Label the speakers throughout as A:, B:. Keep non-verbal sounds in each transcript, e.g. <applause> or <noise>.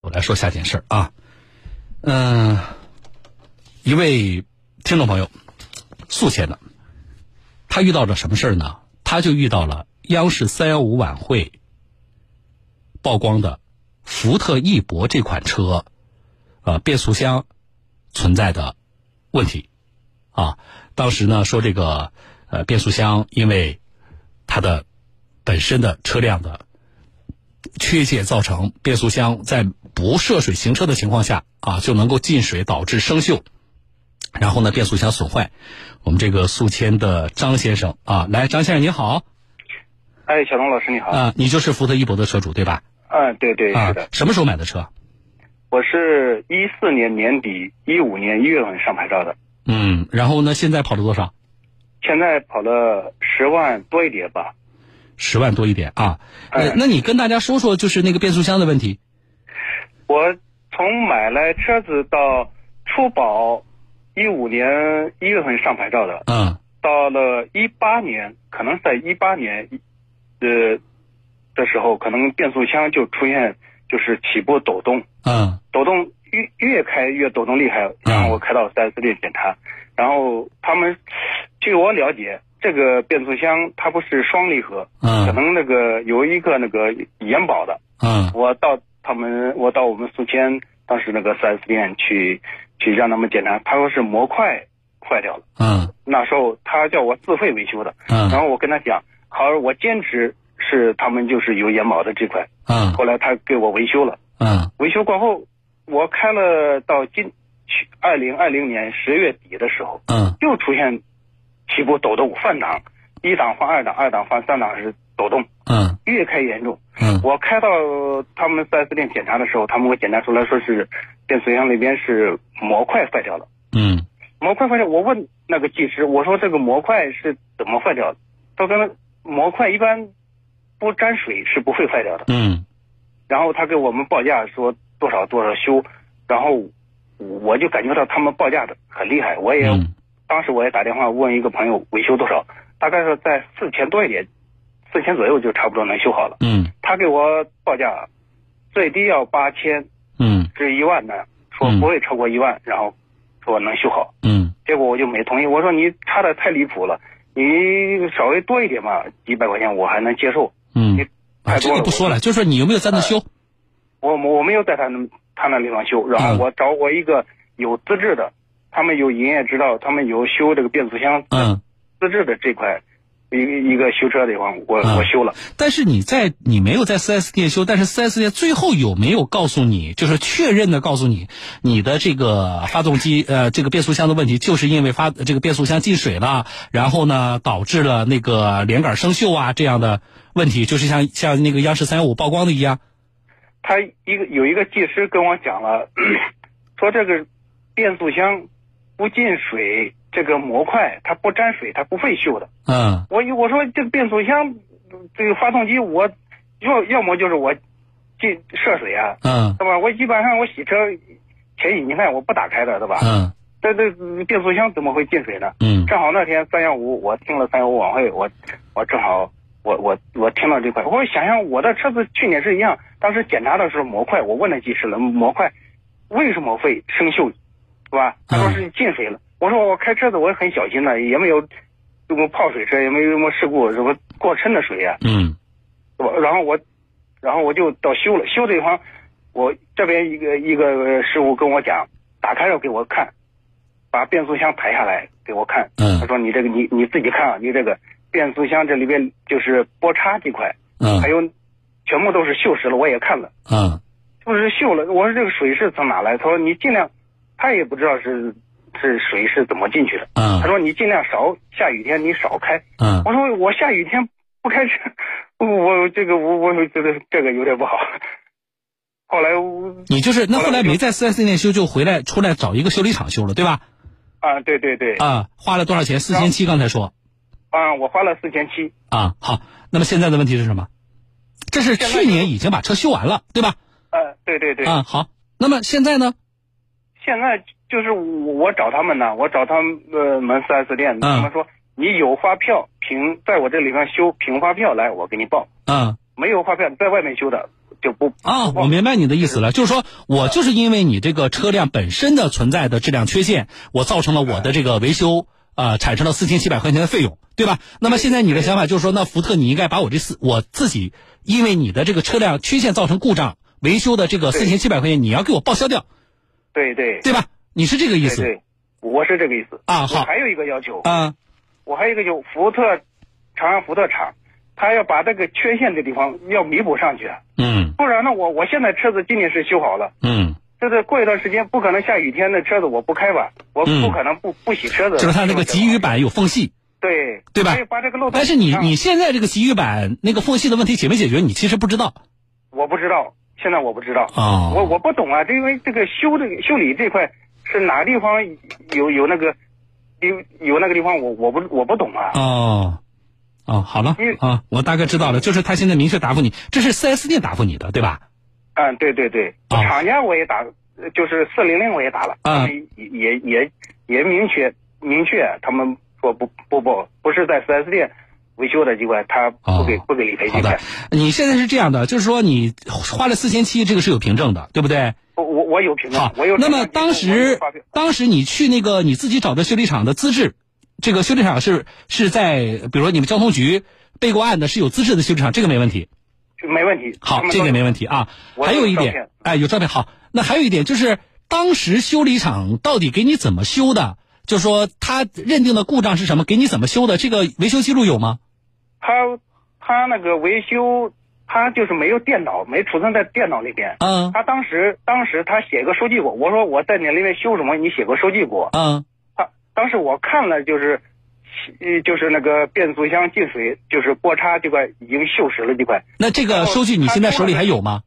A: 我来说下件事儿啊，嗯、一位听众朋友宿迁的，他遇到了什么事儿呢？他就遇到了央视三幺五晚会曝光的福特翼博这款车，呃，变速箱存在的问题啊。当时呢说这个呃变速箱因为它的本身的车辆的缺陷造成变速箱在不涉水行车的情况下啊，就能够进水导致生锈，然后呢变速箱损坏。我们这个宿迁的张先生啊，来，张先生你好
B: 哎，小东老师你好。
A: 啊、你就是福特翼博的车主对吧？
B: 嗯、对对，
A: 啊
B: 是的，，
A: 什么时候买的车？
B: 我是一四年年底，一五年一月份上牌照的，
A: 嗯，然后呢，现在跑了多少？
B: 现在跑了十万多一点吧。
A: 十万多一点啊。呃
B: 哎，
A: 那你跟大家说说，就是那个变速箱的问题。
B: 我从买来车子到出保，一五年一月份上牌照的，
A: 嗯
B: 到了一八年，可能在一八年，呃的时候，可能变速箱就出现就是起步抖动，
A: 嗯
B: 抖动越越开越抖动厉害，然后我开到 4S 店检查，然后他们据我了解，这个变速箱它不是双离合，可
A: 嗯
B: 能那个有一个那个延保的。
A: 嗯
B: 我到他们，我到我们宿迁当时那个 4S 店去去让他们检查，他说是模块坏掉了，
A: 嗯
B: 那时候他叫我自费维修的，然
A: 嗯
B: 后我跟他讲，好，我坚持是他们就是有延保的这块，
A: 嗯
B: 后来他给我维修了。
A: 嗯
B: 维修过后，我开了到今去二零二零年十月底的时候，
A: 嗯
B: 又出现起步抖动换挡，一档换二档，二档换三档是抖动，
A: 嗯
B: 越开越严重。
A: 嗯
B: 我开到他们4 S 店检查的时候，他们给我检查出来说是变速箱那边是模块坏掉了。
A: 嗯
B: 模块坏掉，我问那个技师，我说这个模块是怎么坏掉的？他说模块一般不沾水是不会坏掉的。
A: 嗯
B: 然后他给我们报价说多少多少修，然后我就感觉到他们报价的很厉害。我也、
A: 嗯
B: 当时我也打电话问一个朋友维修多少，大概是在四千多一点，四千左右就差不多能修好了。
A: 嗯
B: 他给我报价最低要八千
A: 嗯
B: 至一万呢，说
A: 嗯
B: 不会超过一万，然后说能修好。
A: 嗯
B: 结果我就没同意，我说你差的太离谱了，你稍微多一点嘛，几百块钱我还能接受。
A: 嗯。啊，这个不说了，就说你有没有在那修？
B: 我我没有在他那他那地方修，然
A: 嗯
B: 后我找我一个有资质的，他们有营业执照，他们有修这个变速箱
A: 嗯，
B: 资质的这块，一个一个修车地方，我
A: 嗯
B: 我修了。
A: 但是你在你没有在 4S 店修，但是 4S 店最后有没有告诉你，就是确认的告诉你，你的这个发动机呃这个变速箱的问题，就是因为发这个变速箱进水了，然后呢导致了那个连杆生锈啊这样的问题，就是像像那个央视三幺五曝光的一样。
B: 他一个有一个技师跟我讲了，说这个变速箱不进水，这个模块它不沾水，它不会锈的。
A: 嗯
B: 我一我说这个变速箱，这个发动机我要要么就是我进涉水啊，
A: 嗯
B: 对吧？我基本上我洗车前引擎盖我不打开的，对吧？
A: 嗯
B: 这这变速箱怎么会进水呢？
A: 嗯
B: 正好那天三幺五，我听了三幺五晚会，我我正好我我我听到这块，我想想我的车子去年是一样，当时检查的时候模块，我问了技师了，模块为什么会生锈，对吧？他说是进水了。我说我开车子我也很小心的，也没有什么泡水车，也没有什么事故，什么过深的水啊呀、
A: 嗯
B: 我然后我，然后我就到修了，修这一方，我这边一个一个呃师傅跟我讲，打开了给我看，把变速箱抬下来给我看，他
A: 嗯
B: 说你这个你你自己看啊，你这个变速箱这里边就是波叉这块，
A: 嗯
B: 还有全部都是锈蚀了，我也看了，
A: 嗯
B: 就是锈了。我说这个水是从哪来？他说你尽量，他也不知道是是水是怎么进去的。他
A: 嗯
B: 说你尽量少，下雨天你少开。
A: 嗯
B: 我说我下雨天不开车， <laughs> 我这个我我觉得这个有点不好。后来我
A: 你就是那后来没在 4S 店修，就回来出来找一个修理厂修了，对吧？
B: 啊，对对对，
A: 啊，花了多少钱？四千七，刚才说。
B: 啊，我花了四千七，
A: 啊，好，那么现在的问题是什么？这是
B: 现在
A: 去年已经把车修完了，对吧？
B: 呃，对对对，
A: 啊，好，那么现在呢？
B: 现在就是我我找他们呢，我找他们呃门四 S 店，
A: 嗯
B: 他们说你有发票凭在我这里面修凭发票来，我给你报；
A: 嗯
B: 没有发票在外面修的，就不
A: 啊，我明白你的意思了，就是说我就是因为你这个车辆本身的存在的质量缺陷，我造成了我的这个维修啊、呃产生了四千七百块钱的费用，对吧？那么现在你的想法就是说，那福特你应该把我这四我自己因为你的这个车辆缺陷造成故障维修的这个四
B: 对
A: 千七百块钱，你要给我报销掉，
B: 对对
A: 对吧？你是这个意
B: 对
A: 思
B: 对，我是这个意思
A: 啊
B: 我
A: 好
B: 还有一个要求，
A: 啊？
B: 我还有一个就福特，长安福特厂，他要把这个缺陷的地方要弥补上去，啊
A: 嗯
B: 不然呢，我我现在车子今年是修好了，
A: 嗯，
B: 就是过一段时间不可能下雨天的车子我不开吧，我
A: 嗯
B: 不可能不、不洗车子，
A: 就是它那个给予版有缝隙，
B: 对
A: 对吧
B: 所以把这个漏洞，
A: 但是你你现在这个给予版那个缝隙的问题解没解决，你其实不知道
B: 我不知道，现在我不知道，
A: 啊。
B: 我我不懂啊，这因为这个修这个修理这块是哪个地方有有那个有有那个地方我我不我不懂啊，
A: 哦，哦，好了
B: 因为
A: 啊，我大概知道了，就是他现在明确答复你，这是四 S 店答复你的，对吧？
B: 嗯，对对对，
A: 啊
B: 厂家我也打，呃就是四零零我也打了，
A: 啊
B: 他们也也也也明确明确，他们说不不不不是在四 S 店维修的机关，他不给、
A: 哦
B: 不给理赔
A: 好
B: 这
A: 的
B: 块。，
A: 你现在是这样的，就是说你花了四千七，这个是有凭证的，对不对？
B: 我我我有凭证
A: 好，
B: 嗯我有，
A: 那
B: 厂家
A: 么
B: 记录
A: 当
B: 我有
A: 时
B: 发票
A: 当时你去那个你自己找的修理厂的资质，这个修理厂是是在比如说你们交通局备过案的，是有资质的修理厂，这个没问题。
B: 没问题。
A: 好
B: 他，们
A: 这
B: 都
A: 个没问题啊。
B: 我
A: 还有
B: 有
A: 一
B: 照
A: 点
B: 片，
A: 哎，有照片好。那还有一点就是，当时修理厂到底给你怎么修的？就说他认定的故障是什么，给你怎么修的？这个维修记录有吗？
B: 他他那个维修，他就是没有电脑，没储存在电脑里边。
A: 嗯
B: 他当时当时他写个收据给我，我说我在你那边修什么，你写个收据给我。
A: 嗯
B: 他当时我看了就是，呃，就是那个变速箱进水，就是锅叉这块已经锈蚀了这块。
A: 那这
B: 哦
A: 个收据你现在手里还有吗？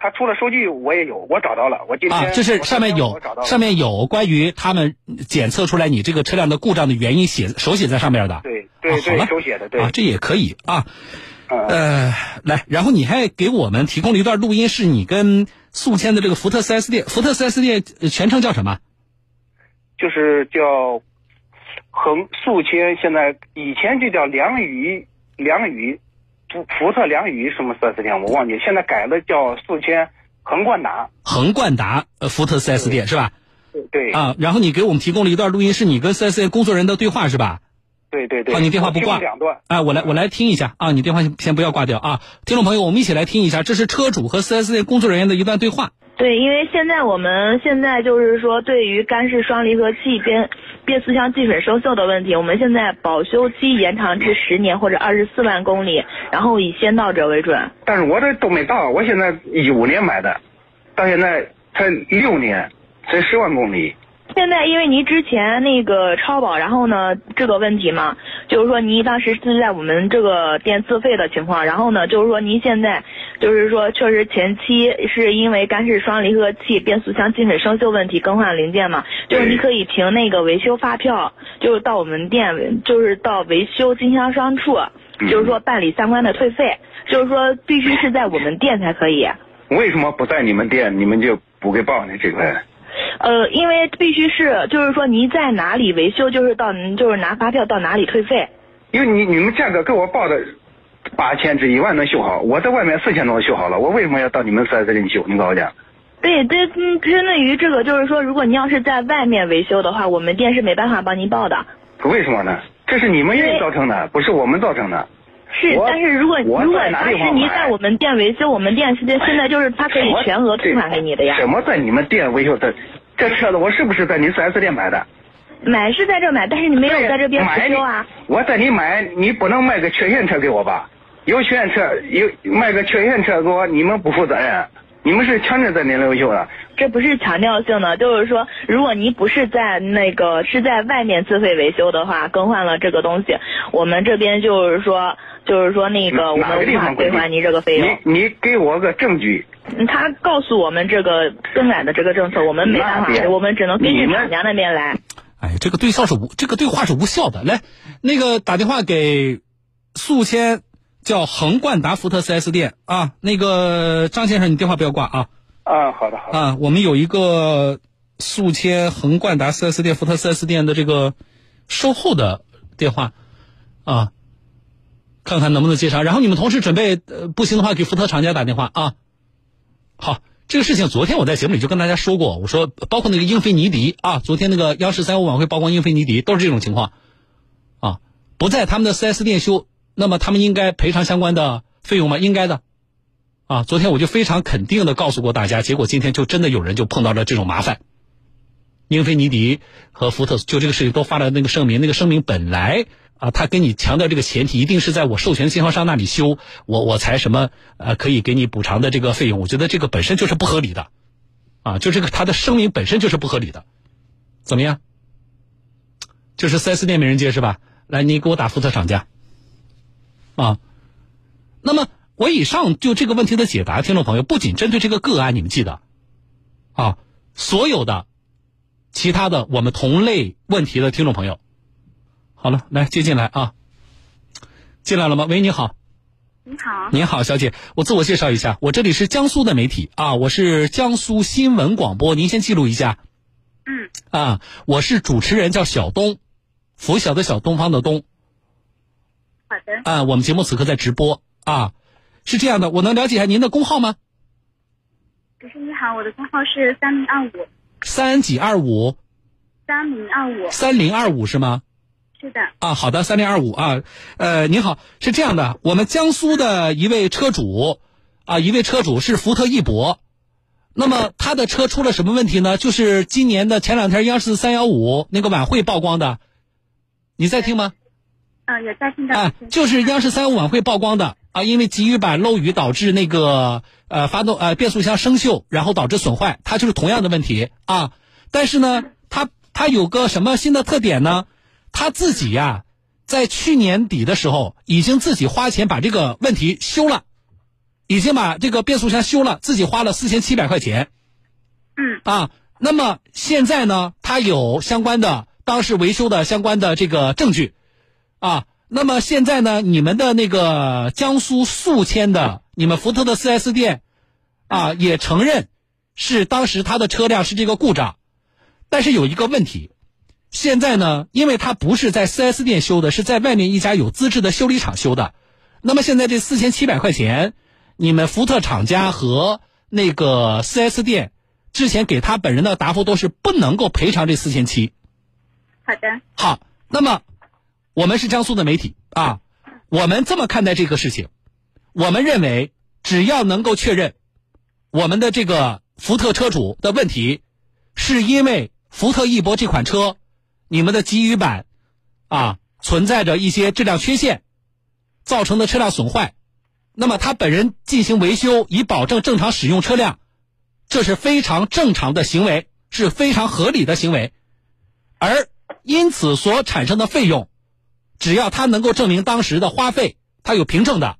B: 他出了收据我也有，我找到了，我今天
A: 啊，就是
B: 我
A: 上面有
B: 我找到了
A: 上面有关于他们检测出来你这个车辆的故障的原因写手写在上面的。
B: 对
A: 啊
B: 对
A: 好了
B: 对手写的对，
A: 啊，这也可以啊。
B: 嗯
A: 呃，来，然后你还给我们提供了一段录音，是你跟宿迁的这个福特 4S 店，福特 4S 店呃全称叫什么？
B: 就是叫横宿迁，现在以前就叫良榆良榆，福福特良榆什么四 S 店我忘记，现在改了叫宿迁横贯达。
A: 横贯达呃福特 4S 店是吧？
B: 对对
A: 啊，然后你给我们提供了一段录音，是你跟 4S 店工作人员的对话是吧？
B: 对对对，
A: 哦好你电话不挂
B: 我听了两段，
A: 啊，我来我来听一下啊，你电话先先不要挂掉啊，听众朋友，我们一起来听一下，这是车主和 4S 店工作人员的一段对话。
C: 对，因为现在我们现在就是说，对于干式双离合器变变速箱进水收缩的问题，我们现在保修期延长至十年或者二十四万公里，然后以先到者为准。
B: 但是我这都没到，我现在一五年买的，到现在才六年，才十万公里。
C: 现在因为您之前那个超保，然后呢这个问题嘛，就是说您当时是在我们这个店自费的情况，然后呢就是说您现在就是说确实前期是因为干式双离合器变速箱进水生锈问题更换零件嘛，就是您可以凭那个维修发票，就是到我们店就是到维修经销商处，就是说办理相关的退费，就是说必须是在我们店才可以。
B: 为什么不在你们店，你们就不给报呢？这块？
C: 呃，因为必须是，就是说您在哪里维修，就是到您就是拿发票到哪里退费。
B: 因为你你们价格给我报的八千至一万能修好，我在外面四千多修好了，我为什么要到你们四 S 店修？你跟我讲，
C: 对，对，嗯，针对于这个，就是说，如果您要是在外面维修的话，我们店是没办法帮您报的。
B: 为什么呢？这是你们愿意造成的，不是我们造成的。
C: 是
B: 我，
C: 但是如果
B: 我
C: 如果
B: 在哪
C: 当
B: 里
C: 时
B: 往
C: 您
B: 买
C: 在我们店维修，我们店现在现在就是他可以
B: 我
C: 全额退款给你的呀
B: 什。么在你们店维修的？这车子我是不是在您四 S 店买的？
C: 买是在这买，但是你没有在这边
B: 买
C: 维
B: 你
C: 修啊。
B: 我在你买，你不能卖个缺陷车给我吧？有缺陷车，有卖个缺陷车给我，你们不负责任，你们是强制在那里维修的。
C: 这不是强调性的，就是说，如果您不是在那个是在外面自费维修的话，更换了这个东西，我们这边就是说，就是说那个我
B: 嗯哪
C: 们
B: 个地
C: 无法
B: 方
C: 退
B: 规定
C: 还您这个费用。
B: 你你给我个证据，
C: 嗯他告诉我们这个更改的这个政策，我们没办
B: 那
C: 法，
B: 边
C: 我们只能根
B: 你
C: 据
B: 们
C: 厂家那边来。
A: 哎，这个对效是无，这个对话是无效的。来，那个打电话给宿迁叫横贯达福特 4S 店啊，那个张先生，你电话不要挂啊
B: 啊，好的好的，
A: 啊，我们有一个宿迁横贯达 4S 店、福特 4S 店的这个售后的电话啊，看看能不能接上。然后你们同时准备，呃，不行的话给福特厂家打电话啊。好，这个事情昨天我在节目里就跟大家说过，我说包括那个英菲尼迪啊，昨天那个央视三幺五晚会，包括英菲尼迪都是这种情况，啊，不在他们的 4S 店修，那么他们应该赔偿相关的费用吗？应该的，啊，昨天我就非常肯定的告诉过大家，结果今天就真的有人就碰到了这种麻烦。英菲尼迪和福特就这个事情都发了那个声明，那个声明本来啊，他跟你强调这个前提一定是在我授权经销商那里修，我我才什么呃可以给你补偿的这个费用，我觉得这个本身就是不合理的，啊，就这个他的声明本身就是不合理的，怎么样？这是 4S 店没人接是吧？来，你给我打福特厂家，啊，那么我以上就这个问题的解答，听众朋友不仅针对这个个案，你们记得啊，所有的。其他的我们同类问题的听众朋友。好了，来接进来啊，进来了吗？喂，你好，
D: 你好，
A: 您好，小姐，我自我介绍一下，我这里是江苏的媒体啊，我是江苏新闻广播，您先记录一下
D: 嗯
A: 啊，我是主持人叫小东，拂晓的小，东方的东
D: 好的，
A: 啊，我们节目此刻在直播啊，是这样的，我能了解一下您的工号吗？
D: 主持人你好，我的工号是三零二五
A: 三几二五
D: 三零二五，
A: 三零二五是吗？
D: 是的，
A: 啊，好的，三零二五啊，呃，您好，是这样的，我们江苏的一位车主，啊，一位车主是福特翼博，那么他的车出了什么问题呢？就是今年的前两天央视三幺五那个晚会曝光的，你在听吗？
D: 嗯、也在听到
A: 啊，就是央视三幺五晚会曝光的啊，因为给予版漏雨导致那个呃发动呃变速箱生锈，然后导致损坏，它就是同样的问题啊。但是呢，它它有个什么新的特点呢？它自己呀、在去年底的时候已经自己花钱把这个问题修了，已经把这个变速箱修了，自己花了四千七百块钱。
D: 嗯
A: 啊，那么现在呢，他有相关的当时维修的相关的这个证据，啊，那么现在呢，你们的那个江苏宿迁的你们福特的 4S 店，啊，也承认是当时他的车辆是这个故障，但是有一个问题，现在呢，因为他不是在 4S 店修的，是在外面一家有资质的修理厂修的，那么现在这四千七百块钱，你们福特厂家和那个 4S 店之前给他本人的答复都是不能够赔偿这四千七。
D: 好的，
A: 好，那么我们是江苏的媒体啊，我们这么看待这个事情，我们认为只要能够确认我们的这个福特车主的问题，是因为福特翼博这款车你们的给予版啊存在着一些质量缺陷造成的车辆损坏，那么他本人进行维修以保证正常使用车辆，这是非常正常的行为，是非常合理的行为。而因此所产生的费用，只要他能够证明当时的花费，他有凭证的，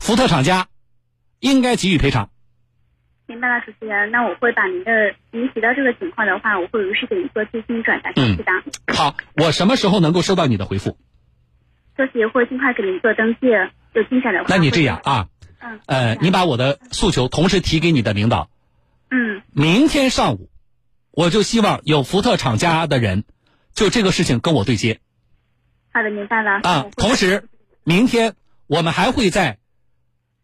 A: 福特厂家应该给予赔偿。
D: 明白了，主持人，那我会把您的您提到这个情况的话，我会如实给您做最新转达
A: 嗯
D: 消息的，
A: 好，我什么时候能够收到你的回复？
D: 消息会尽快给您做登记，有进展的话，
A: 那你这样，啊，
D: 嗯，
A: 呃，你把我的诉求同时提给你的领导，
D: 嗯，
A: 明天上午，我就希望有福特厂家的人就这个事情跟我对接。
D: 好的，明白了，
A: 啊
D: 我会，
A: 同时，明天我们还会在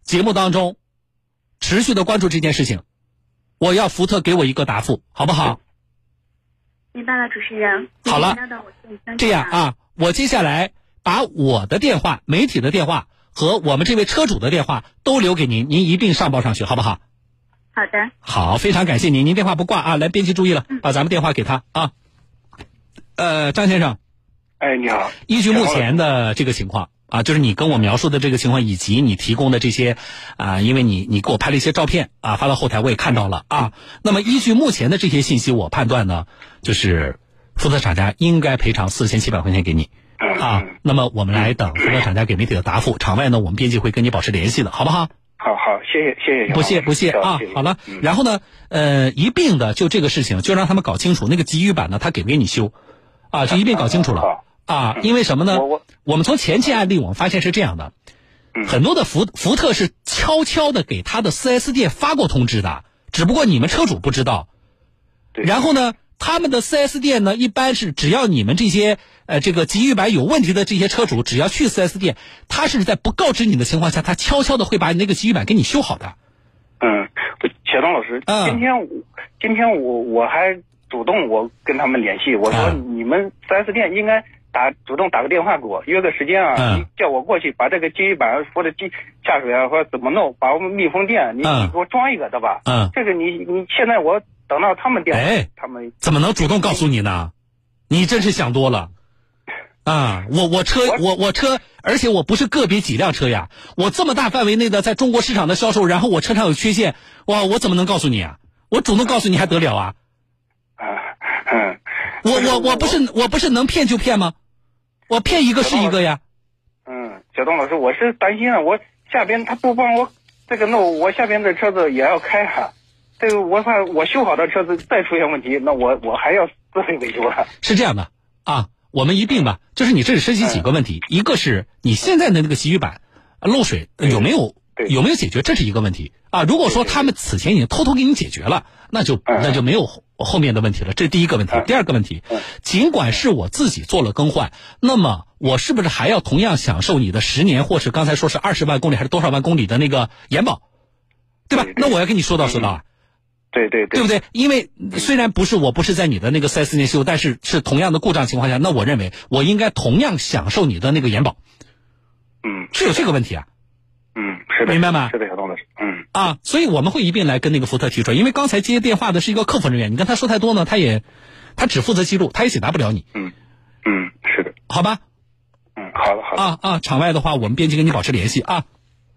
A: 节目当中持续的关注这件事情。我要福特给我一个答复，好不好？
D: 明白了，主持人，
A: 好了
D: 您提到的我会登记
A: 这
D: 的
A: 样，啊，我接下来把我的电话、媒体的电话和我们这位车主的电话都留给您，您一并上报上去，好不好？
D: 好的，
A: 好，非常感谢您，您电话不挂啊！来，编辑注意了，把咱们电话给他啊。呃，张先生，
B: 哎，你好，
A: 依据目前的这个情况啊，就是你跟我描述的这个情况，以及你提供的这些啊，因为你你给我拍了一些照片啊，发到后台我也看到了啊。那么依据目前的这些信息，我判断呢，就是福特厂家应该赔偿四千七百块钱给你
B: 嗯
A: 啊
B: 嗯。
A: 那么我们来等福特厂家给媒体的答复，场外呢，我们编辑会跟你保持联系的，好不好？
B: 好好，谢谢谢谢，
A: 不谢不谢啊
B: 谢谢，
A: 好了，
B: 嗯
A: 然后呢，呃，一并的就这个事情，就让他们搞清楚那个给予版呢，他给不给你修，啊，就一并搞清楚了
B: 好
A: 啊，因为什么呢
B: 我我？
A: 我们从前期案例我们发现是这样的，
B: 嗯
A: 很多的福福特是悄悄的给他的 4S 店发过通知的，只不过你们车主不知道，
B: 对
A: 然后呢，他们的 4S 店呢，一般是只要你们这些呃这个给予版有问题的这些车主，只要去 4S 店，他是在不告知你的情况下，他悄悄的会把你那个给予版给你修好的。
B: 嗯，小张老师，
A: 嗯
B: 今天我今天我我还主动我跟他们联系，我说
A: 嗯
B: 你们四 S 店应该打主动打个电话给我约个时间啊，
A: 嗯
B: 你叫我过去把这个机板或者机下水啊或者怎么弄，把我们密封店你
A: 嗯
B: 你给我装一个的吧。
A: 嗯，
B: 这个你你现在我等到他们店，
A: 哎，
B: 他们
A: 怎么能主动告诉你呢？你真是想多了。啊，我我车我我车，而且我不是个别几辆车呀，我这么大范围内的在中国市场的销售，然后我车上有缺陷，哇，我怎么能告诉你啊？我主动告诉你还得了啊？
B: 啊嗯，
A: 我我我不是我不是能骗就骗吗？我骗一个是一个呀。
B: 嗯，小东老师，我是担心啊，我下边他不帮我这个弄，我下边的车子也要开哈、这个我怕我修好的车子再出现问题，那我我还要自费维修了。
A: 是这样的啊，我们一并吧，就是你这里涉及几个问
B: 嗯
A: 题，一个是你现在的那个给予板呃漏水呃有没有
B: 对
A: 有没有解决，这是一个问题啊。如果说他们此前已经偷偷给你解决了，那就
B: 嗯
A: 那就没有后后面的问题了，这是第一个问题。第二个问题
B: 嗯，
A: 尽管是我自己做了更换，那么我是不是还要同样享受你的十年或是刚才说是二十万公里还是多少万公里的那个延保，对吧
B: 对？对
A: 那我要跟你说道说道啊。
B: <laughs> 对对
A: 对不对？因为虽然不是我不是在你的那个4 S 店修，但是是同样的故障情况下，那我认为我应该同样享受你的那个延保，
B: 嗯
A: 是有这个问题啊
B: 嗯，是的，
A: 明白吗
B: 是的，小东老师，嗯
A: 啊！所以我们会一并来跟那个福特提出来，因为刚才接电话的是一个客服人员，你跟他说太多呢，他也他只负责记录，他也解答不了你，
B: 嗯嗯，是的，
A: 好吧？
B: 嗯，好的好的，
A: 啊啊！场外的话，我们编辑跟你保持联系啊！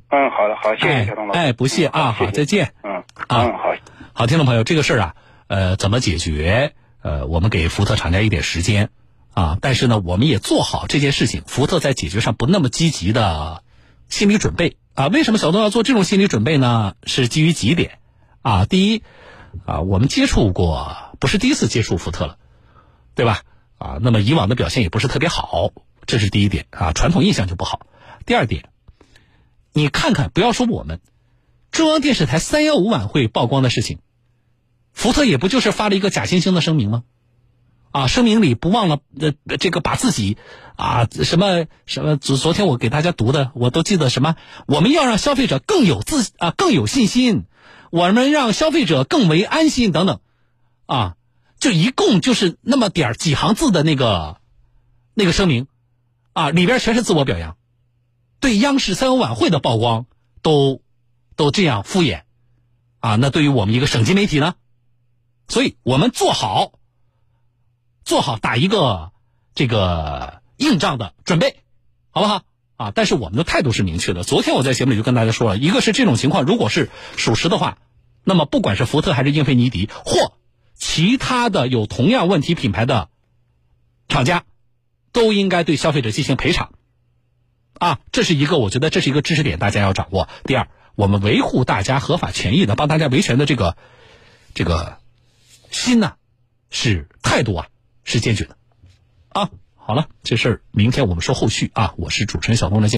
B: 嗯好的好，谢谢
A: 哎
B: 小东老师，
A: 哎，不谢啊！
B: 嗯
A: 好，
B: 谢谢
A: 再见。
B: 嗯
A: 啊
B: 嗯好，
A: 好，听众朋友，这个事儿啊，呃，怎么解决？呃，我们给福特厂家一点时间啊，但是呢，我们也做好这件事情，福特在解决上不那么积极的啊心理准备啊。为什么小东要做这种心理准备呢？是基于几点啊？第一啊，我们接触过，不是第一次接触福特了，对吧？啊，那么以往的表现也不是特别好，这是第一点啊，传统印象就不好。第二点，你看看，不要说我们中央电视台三幺五晚会曝光的事情。福特也不就是发了一个假惺惺的声明吗？啊，声明里不忘了呃这个把自己啊什么什么昨昨天我给大家读的，我都记得什么？我们要让消费者更有自啊更有信心，我们让消费者更为安心等等，啊，就一共就是那么点儿几行字的那个那个声明，啊，里边全是自我表扬，对央视三幺晚会的曝光都都这样敷衍，啊，那对于我们一个省级媒体呢？所以我们做好做好打一个这个硬仗的准备，好不好？啊，但是我们的态度是明确的。昨天我在节目里就跟大家说了，一个是这种情况如果是属实的话，那么不管是福特还是英菲尼迪或其他的有同样问题品牌的厂家，都应该对消费者进行赔偿。啊，这是一个，我觉得这是一个知识点，大家要掌握。第二，我们维护大家合法权益的，帮大家维权的这个这个心呐、是态度啊，是坚决的，啊，好了，这事儿明天我们说后续啊。我是主持人小东，再见。